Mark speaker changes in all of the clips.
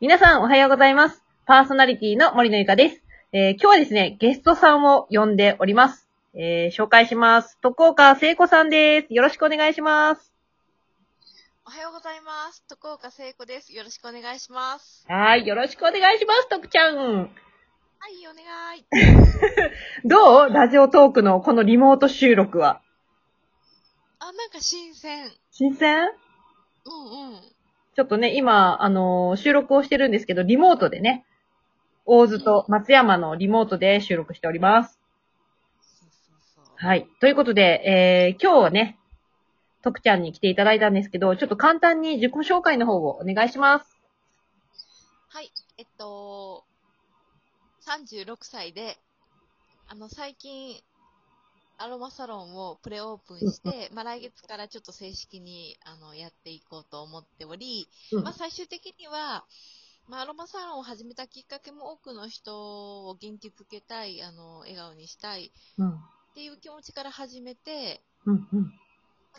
Speaker 1: 皆さんおはようございます。パーソナリティの森のゆかです。えー今日はですね、ゲストさんを呼んでおります。えー紹介します。徳岡聖子さんです。よろしくお願いします。
Speaker 2: おはようございます。徳岡聖子です。よろしくお願いします。
Speaker 1: はい、よろしくお願いします、徳ちゃん。
Speaker 2: はい、お願い。
Speaker 1: どうラジオトークのこのリモート収録は。
Speaker 2: あ、なんか新鮮。
Speaker 1: 新鮮
Speaker 2: うんうん。
Speaker 1: ちょっとね、今、あのー収録をしてるんですけど、リモートでね、大津と松山のリモートで収録しております。
Speaker 2: そうそうそう。
Speaker 1: はい。ということで、えー、今日はね、徳ちゃんに来ていただいたんですけど、ちょっと簡単に自己紹介の方をお願いします。
Speaker 2: はい、えっと、36歳で、あの、最近、アロマサロンをプレオープンして、まあ、来月からちょっと正式に、あの、やっていこうと思っており、
Speaker 1: うん
Speaker 2: まあ、最終的には、まあ、アロマサロンを始めたきっかけも多くの人を元気づけたい、あの、笑顔にしたい
Speaker 1: うん。
Speaker 2: っていう気持ちから始めて、
Speaker 1: うん。うん。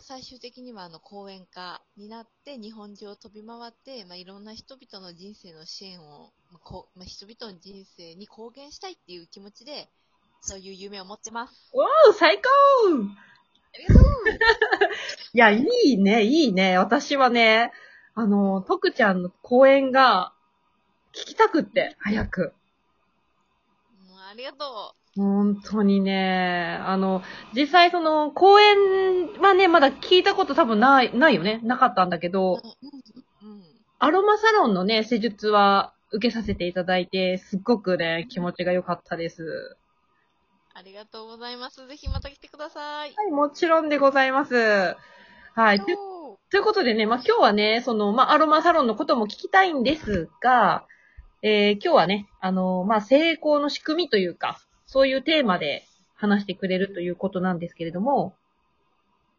Speaker 2: 最終的にはあの講演家になって日本中を飛び回って、まあ、いろんな人々の人生の支援を、まあこうまあ、人々の人生に貢献したいっていう気持ちでそういう夢を持ってます。
Speaker 1: おー、最高い
Speaker 2: ありがとう
Speaker 1: や、 いいね、いいね。私はね、あのー、徳ちゃんの講演が、聞きたくって、早く。
Speaker 2: もうありがと
Speaker 1: 本当にね、あの、実際その、講演はね、まだ聞いたこと多分ない、ないよね。なかったんだけど、
Speaker 2: う。うんうんうん
Speaker 1: アロマサロンのね、施術は受けさせていただいて、すっごくね、気持ちが良かったです。
Speaker 2: ありがとうございます。ぜひまた来てください。
Speaker 1: はい、もちろんでございます。はい。と
Speaker 2: おー
Speaker 1: ということでね、まあ、今日はね、その、まあ、アロマサロンのことも聞きたいんですが、えー今日はね、あの、まあ、成功の仕組みというか、そういうテーマで話してくれるということなんですけれども、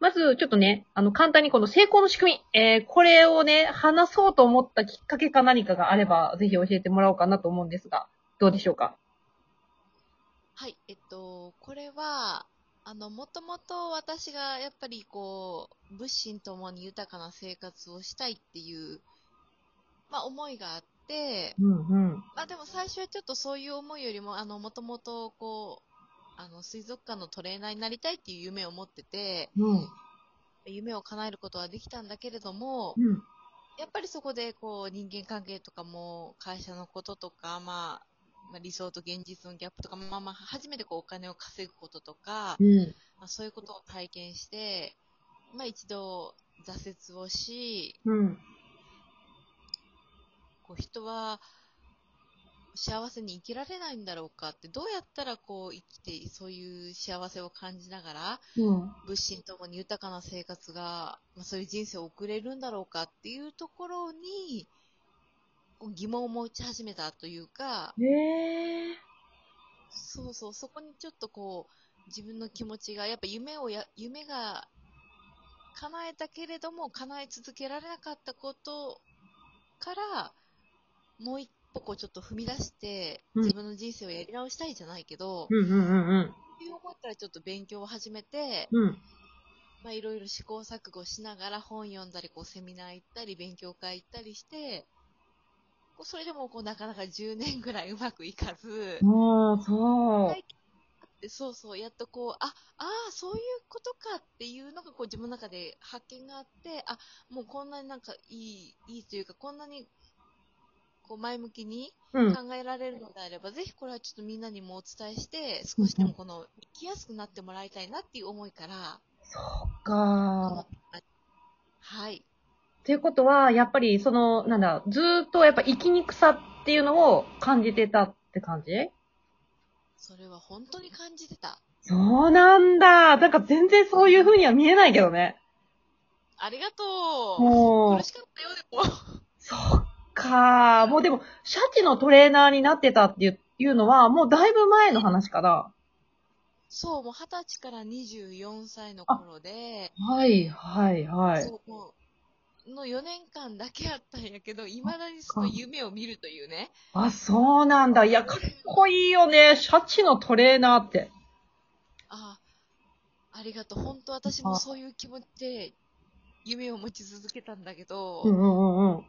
Speaker 1: まず、ちょっとね、あの、簡単にこの成功の仕組み、えーこれをね、話そうと思ったきっかけか何かがあれば、ぜひ教えてもらおうかなと思うんですが、どうでしょうか
Speaker 2: はい、えっと、これは、あの、もともと私がやっぱりこう、物心ともに豊かな生活をしたいっていう、まあ思いがあって、
Speaker 1: うんうん。
Speaker 2: まあでも最初はちょっとそういう思いよりも、あの、もともとこう、あの、水族館のトレーナーになりたいっていう夢を持ってて、
Speaker 1: うん。
Speaker 2: 夢を叶えることはできたんだけれども、
Speaker 1: うん。
Speaker 2: やっぱりそこでこう、人間関係とかも、会社のこととか、まあ、まあ理想と現実のギャップとか、まあまあ、初めてこうお金を稼ぐこととか、
Speaker 1: うん。
Speaker 2: まあ、そういうことを体験して、まあ、一度挫折をし
Speaker 1: うん。
Speaker 2: こう人は幸せに生きられないんだろうかってどうやったらこう生きてそういう幸せを感じながら
Speaker 1: うん。
Speaker 2: 物心ともに豊かな生活が、まあ、そういう人生を送れるんだろうかっていうところにこう疑問を持ち始めたというか
Speaker 1: ええ
Speaker 2: そうそう、そこにちょっとこう、自分の気持ちが、やっぱ夢をや、夢が叶えたけれども、叶え続けられなかったことから、もう一歩こうちょっと踏み出して、
Speaker 1: うん
Speaker 2: 自分の人生をやり直したいじゃないけど、
Speaker 1: うんうんうん
Speaker 2: っていう思いからちょっと勉強を始めて、
Speaker 1: うん。うん。
Speaker 2: まあいろいろ試行錯誤しながら本読んだり、こうセミナー行ったり、勉強会行ったりして、こうそれでもこうなかなか10年ぐらいうまくいかず、
Speaker 1: もう、そう。
Speaker 2: はいでそうそう、やっとこう、あ、ああ、そういうことかっていうのがこう自分の中で発見があって、あ、もうこんなになんかいい、いいというか、こんなにこう前向きに
Speaker 1: うん。
Speaker 2: 考えられるのであれば、ぜひこれはちょっとみんなにもお伝えして、少しでもこの生きやすくなってもらいたいなっていう思いから、
Speaker 1: そうか。
Speaker 2: はい。
Speaker 1: っていうことは、やっぱり、その、なんだ、ずーっとやっぱ生きにくさっていうのを感じてたって感じ
Speaker 2: それは本当に感じてた。
Speaker 1: そうなんだ。なんか全然そういう風には見えないけどね。
Speaker 2: ありがとう。
Speaker 1: も
Speaker 2: 苦
Speaker 1: う、
Speaker 2: しかったよ、でも。
Speaker 1: そっか。もうでも、シャチのトレーナーになってたっていういうのは、もうだいぶ前の話かな。
Speaker 2: そう、もう二十歳から24歳の頃で、
Speaker 1: はい、はい、はい。
Speaker 2: そうもうの4年間だけあったんやけど、いまだにその夢を見るというね。
Speaker 1: あ、そうなんだ。いや、かっこいいよね。シャチのトレーナーって。
Speaker 2: ああ、ありがとう。本当私もそういう気持ちで夢を持ち続けたんだけど、
Speaker 1: うんうんうんうん。
Speaker 2: うんうん。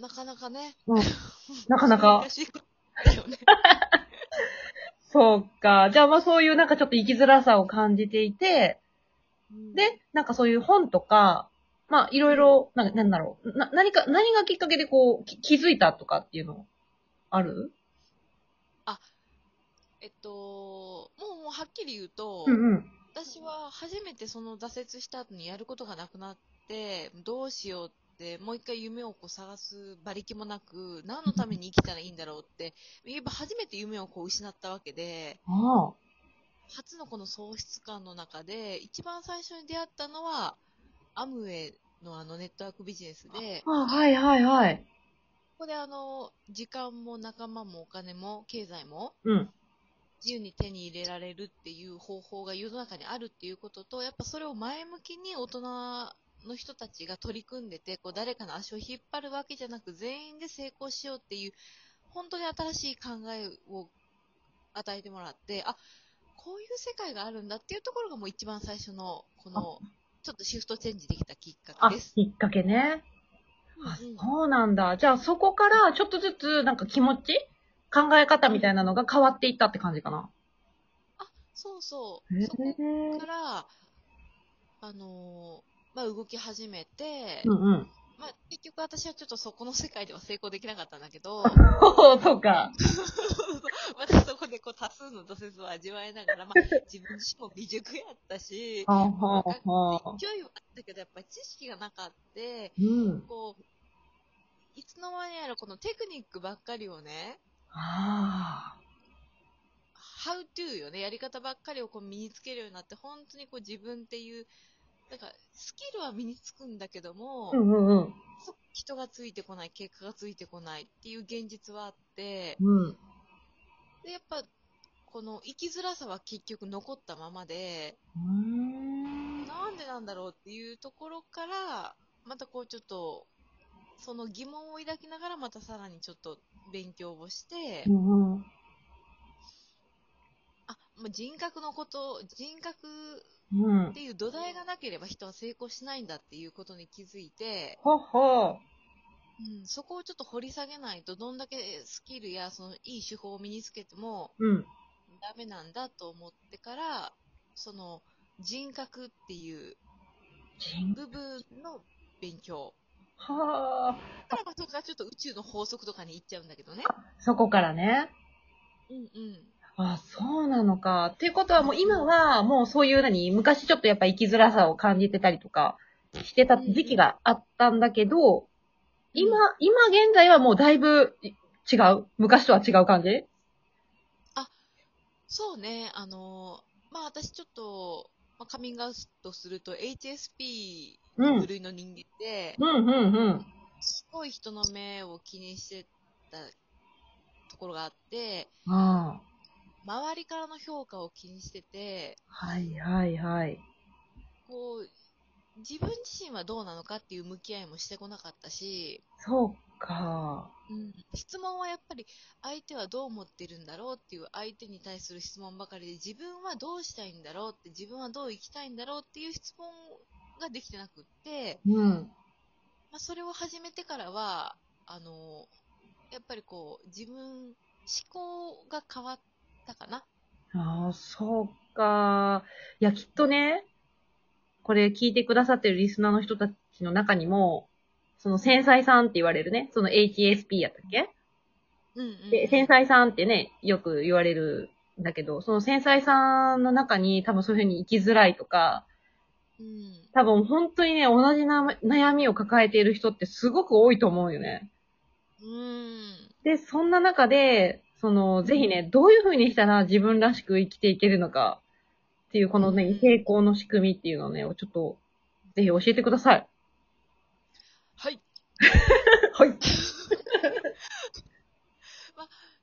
Speaker 2: なかなかね。
Speaker 1: なかなか
Speaker 2: 難。しいことだよね。
Speaker 1: そうか。じゃあまあそういうなんかちょっと生きづらさを感じていて、 で、なんかそういう本とか、まあいろいろ、なんかなんだろう。な、何か、何がきっかけでこう、き気づいたとかっていうの、ある
Speaker 2: えっと、もうもうはっきり言うと、
Speaker 1: うんうん。
Speaker 2: 私は初めてその挫折した後にやることがなくなって、どうしようって、もう一回夢をこう探す馬力もなく、何のために生きたらいいんだろうって、言えば初めて夢をこう失ったわけで、
Speaker 1: ああ。
Speaker 2: 初のこの喪失感の中で、一番最初に出会ったのは、アムウェイのあのネットワークビジネスで、
Speaker 1: あはいはいはい。
Speaker 2: ここであの、時間も仲間もお金も経済も
Speaker 1: うん。
Speaker 2: 自由に手に入れられるっていう方法が世の中にあるっていうことと、やっぱそれを前向きに大人の人たちが取り組んでて、こう誰かの足を引っ張るわけじゃなく、全員で成功しようっていう、本当に新しい考えを与えてもらって、あ、こういう世界があるんだっていうところがもう一番最初の、この、ちょっとシフトチェンジできたきっか
Speaker 1: あ、
Speaker 2: け
Speaker 1: き
Speaker 2: です。
Speaker 1: っかけね。あ
Speaker 2: うんうん
Speaker 1: そうなんだ。じゃあそこからちょっとずつなんか気持ち考え方みたいなのが変わっていったって感じかな。
Speaker 2: そうそう。
Speaker 1: へ
Speaker 2: そこ
Speaker 1: ー
Speaker 2: から、あのーまあ、動き始めて、
Speaker 1: うんうん。
Speaker 2: まあ、結局私はちょっとそこの世界では成功できなかったんだ けど、
Speaker 1: そうか。
Speaker 2: またそこでこう多数の挫折を味わいながら、ま あ、自分自身も未熟やったし、
Speaker 1: はあはあはあ。
Speaker 2: 勢いはあったけど、やっぱり知識がなかって、
Speaker 1: うん。
Speaker 2: こう、いつの間にやらこのテクニックばっかりをね、
Speaker 1: ああ。
Speaker 2: ハウトゥーよね、やり方ばっかりをこう身につけるようになって、本当にこう自分っていう、なんかスキルは身につくんだけども、
Speaker 1: うんうんうん。
Speaker 2: そ人がついてこない、結果がついてこないっていう現実はあって、
Speaker 1: うん。
Speaker 2: で、やっぱ、この生きづらさは結局残ったままで、
Speaker 1: うーん
Speaker 2: なんでなんだろうっていうところから、またこうちょっと、その疑問を抱きながらまたさらにちょっと勉強をして、
Speaker 1: うんうん
Speaker 2: あ、まあ人格のこと、人格
Speaker 1: うん
Speaker 2: っ。ていう土台がなければ人は成功しないんだっていうことに気づいて、
Speaker 1: ほほ
Speaker 2: うん、そこをちょっと掘り下げないと、どんだけスキルやそのいい手法を身につけても、
Speaker 1: うん。
Speaker 2: ダメなんだと思ってから、その人格っていう
Speaker 1: 人
Speaker 2: 部分の勉強。
Speaker 1: はあ。
Speaker 2: だからまあそこがちょっと宇宙の法則とかに行っちゃうんだけどね。
Speaker 1: そこからね。
Speaker 2: うんうん。
Speaker 1: あ、そうなのか。っていうことはもう今はもうそういう何昔ちょっとやっぱ生きづらさを感じてたりとかしてた時期があったんだけど、今、今現在はもうだいぶい違う昔とは違う感じ
Speaker 2: そうね、あのーまあ私ちょっと、まあ、カミングアウトすると HSP
Speaker 1: う
Speaker 2: の部
Speaker 1: ん。
Speaker 2: 類の人間で、
Speaker 1: うんうんうん。
Speaker 2: すごい人の目を気にしてたところがあって、
Speaker 1: ああ。
Speaker 2: 周りからの評価を気にしてて、
Speaker 1: はいはいはい。
Speaker 2: こう、自分自身はどうなのかっていう向き合いもしてこなかったし、
Speaker 1: そうか。
Speaker 2: 質問はやっぱり相手はどう思ってるんだろうっていう相手に対する質問ばかりで自分はどうしたいんだろうって自分はどう生きたいんだろうっていう質問ができてなくって、
Speaker 1: うん。
Speaker 2: まあ、それを始めてからはあのやっぱりこう自分思考が変わったかな。
Speaker 1: ああ、そうか。いや、きっとね、これ聞いてくださってるリスナーの人たちの中にも、その繊細さんって言われるね、その HSP やったっけ
Speaker 2: うんうんうん
Speaker 1: で、繊細さんってね、よく言われるんだけど、その繊細さんの中に多分そういうふうに生きづらいとか、
Speaker 2: うん
Speaker 1: 多分本当にね、同じな悩みを抱えている人ってすごく多いと思うよね。
Speaker 2: うん
Speaker 1: で、そんな中で、その、ぜひね、どういう風にしたら自分らしく生きていけるのかっていう、この
Speaker 2: う
Speaker 1: ね
Speaker 2: ん、
Speaker 1: 成功の仕組みっていうのをね、ちょっと、ぜひ教えてください。
Speaker 2: はい
Speaker 1: はい。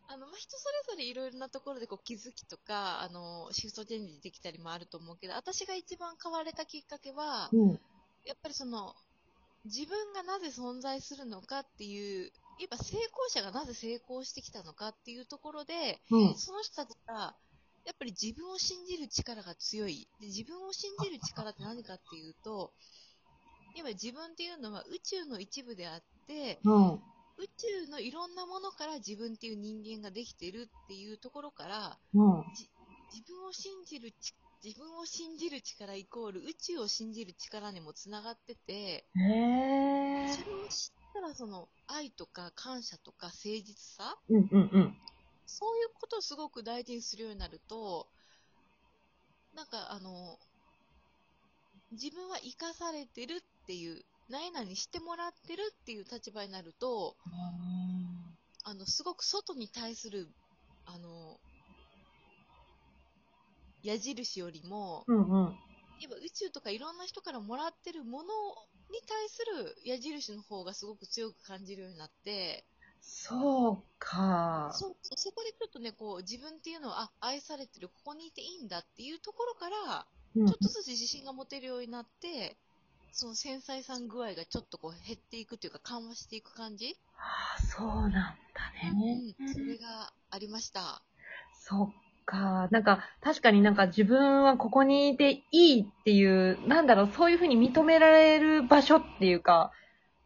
Speaker 2: あのまあ、人それぞれいろいろなところでこう気づきとかあのシフトチェンジできたりもあると思うけど私が一番変われたきっかけは
Speaker 1: うん。
Speaker 2: やっぱりその自分がなぜ存在するのかっていういわば成功者がなぜ成功してきたのかっていうところで
Speaker 1: うん。
Speaker 2: その人たちがやっぱり自分を信じる力が強いで自分を信じる力って何かっていうといわば自分っていうのは宇宙の一部であって
Speaker 1: うん。
Speaker 2: 宇宙のいろんなものから自分っていう人間ができてるっていうところから、
Speaker 1: うん。
Speaker 2: 自分を信じるち、自分を信じる力イコール宇宙を信じる力にもつながってて、
Speaker 1: へ
Speaker 2: それを知ったらその愛とか感謝とか誠実さ、
Speaker 1: うんうんうん。
Speaker 2: そういうことをすごく大事にするようになると、なんかあの、自分は生かされてるっていう、何々してもらってるっていう立場になると、あの、すごく外に対する、あの、矢印よりも、
Speaker 1: うんうん。
Speaker 2: やっぱ宇宙とかいろんな人からもらってるものに対する矢印の方がすごく強く感じるようになって、
Speaker 1: そうか。
Speaker 2: そそこでちょっとね、こう自分っていうのはあ愛されてる、ここにいていいんだっていうところから、
Speaker 1: うん
Speaker 2: ちょっとずつ自信が持てるようになって、その繊細さん具合がちょっとこう減っていくというか、緩和していく感じ、
Speaker 1: あそうなんだね。
Speaker 2: うん、それがありました。
Speaker 1: そっか。なんか、確かになんか自分はここにいていいっていう、なんだろう、そういうふうに認められる場所っていうか、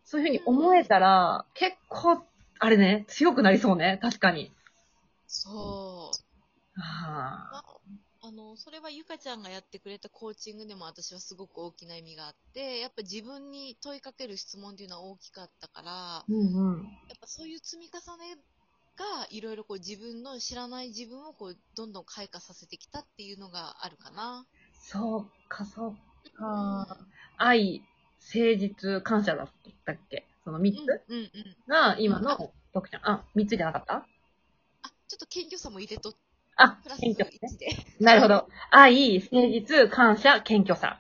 Speaker 1: そういうふうに思えたら、結構、あれね、強くなりそうね。確かに。
Speaker 2: そう。
Speaker 1: あ
Speaker 2: まあの、それはゆかちゃんがやってくれたコーチングでも私はすごく大きな意味があって、やっぱ自分に問いかける質問っていうのは大きかったから、
Speaker 1: ーうんうん。
Speaker 2: やっぱそういう積み重ねがいろいろこう自分の知らない自分をこうどんどん開花させてきたっていうのがあるかな。
Speaker 1: そうか、そうか。愛、誠実、感謝だったっけその3
Speaker 2: うん、うん、
Speaker 1: つ
Speaker 2: うん。
Speaker 1: が今の徳ちゃん。あ、3つじゃなかった
Speaker 2: あ、ちょっと謙虚さも入れと、
Speaker 1: あ
Speaker 2: プラ、ス
Speaker 1: 謙
Speaker 2: 1
Speaker 1: 虚
Speaker 2: で。
Speaker 1: ね。なるほど。愛、誠実、感謝、謙虚さ。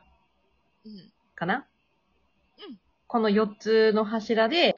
Speaker 2: うん。
Speaker 1: かな
Speaker 2: うん
Speaker 1: この4つの柱で、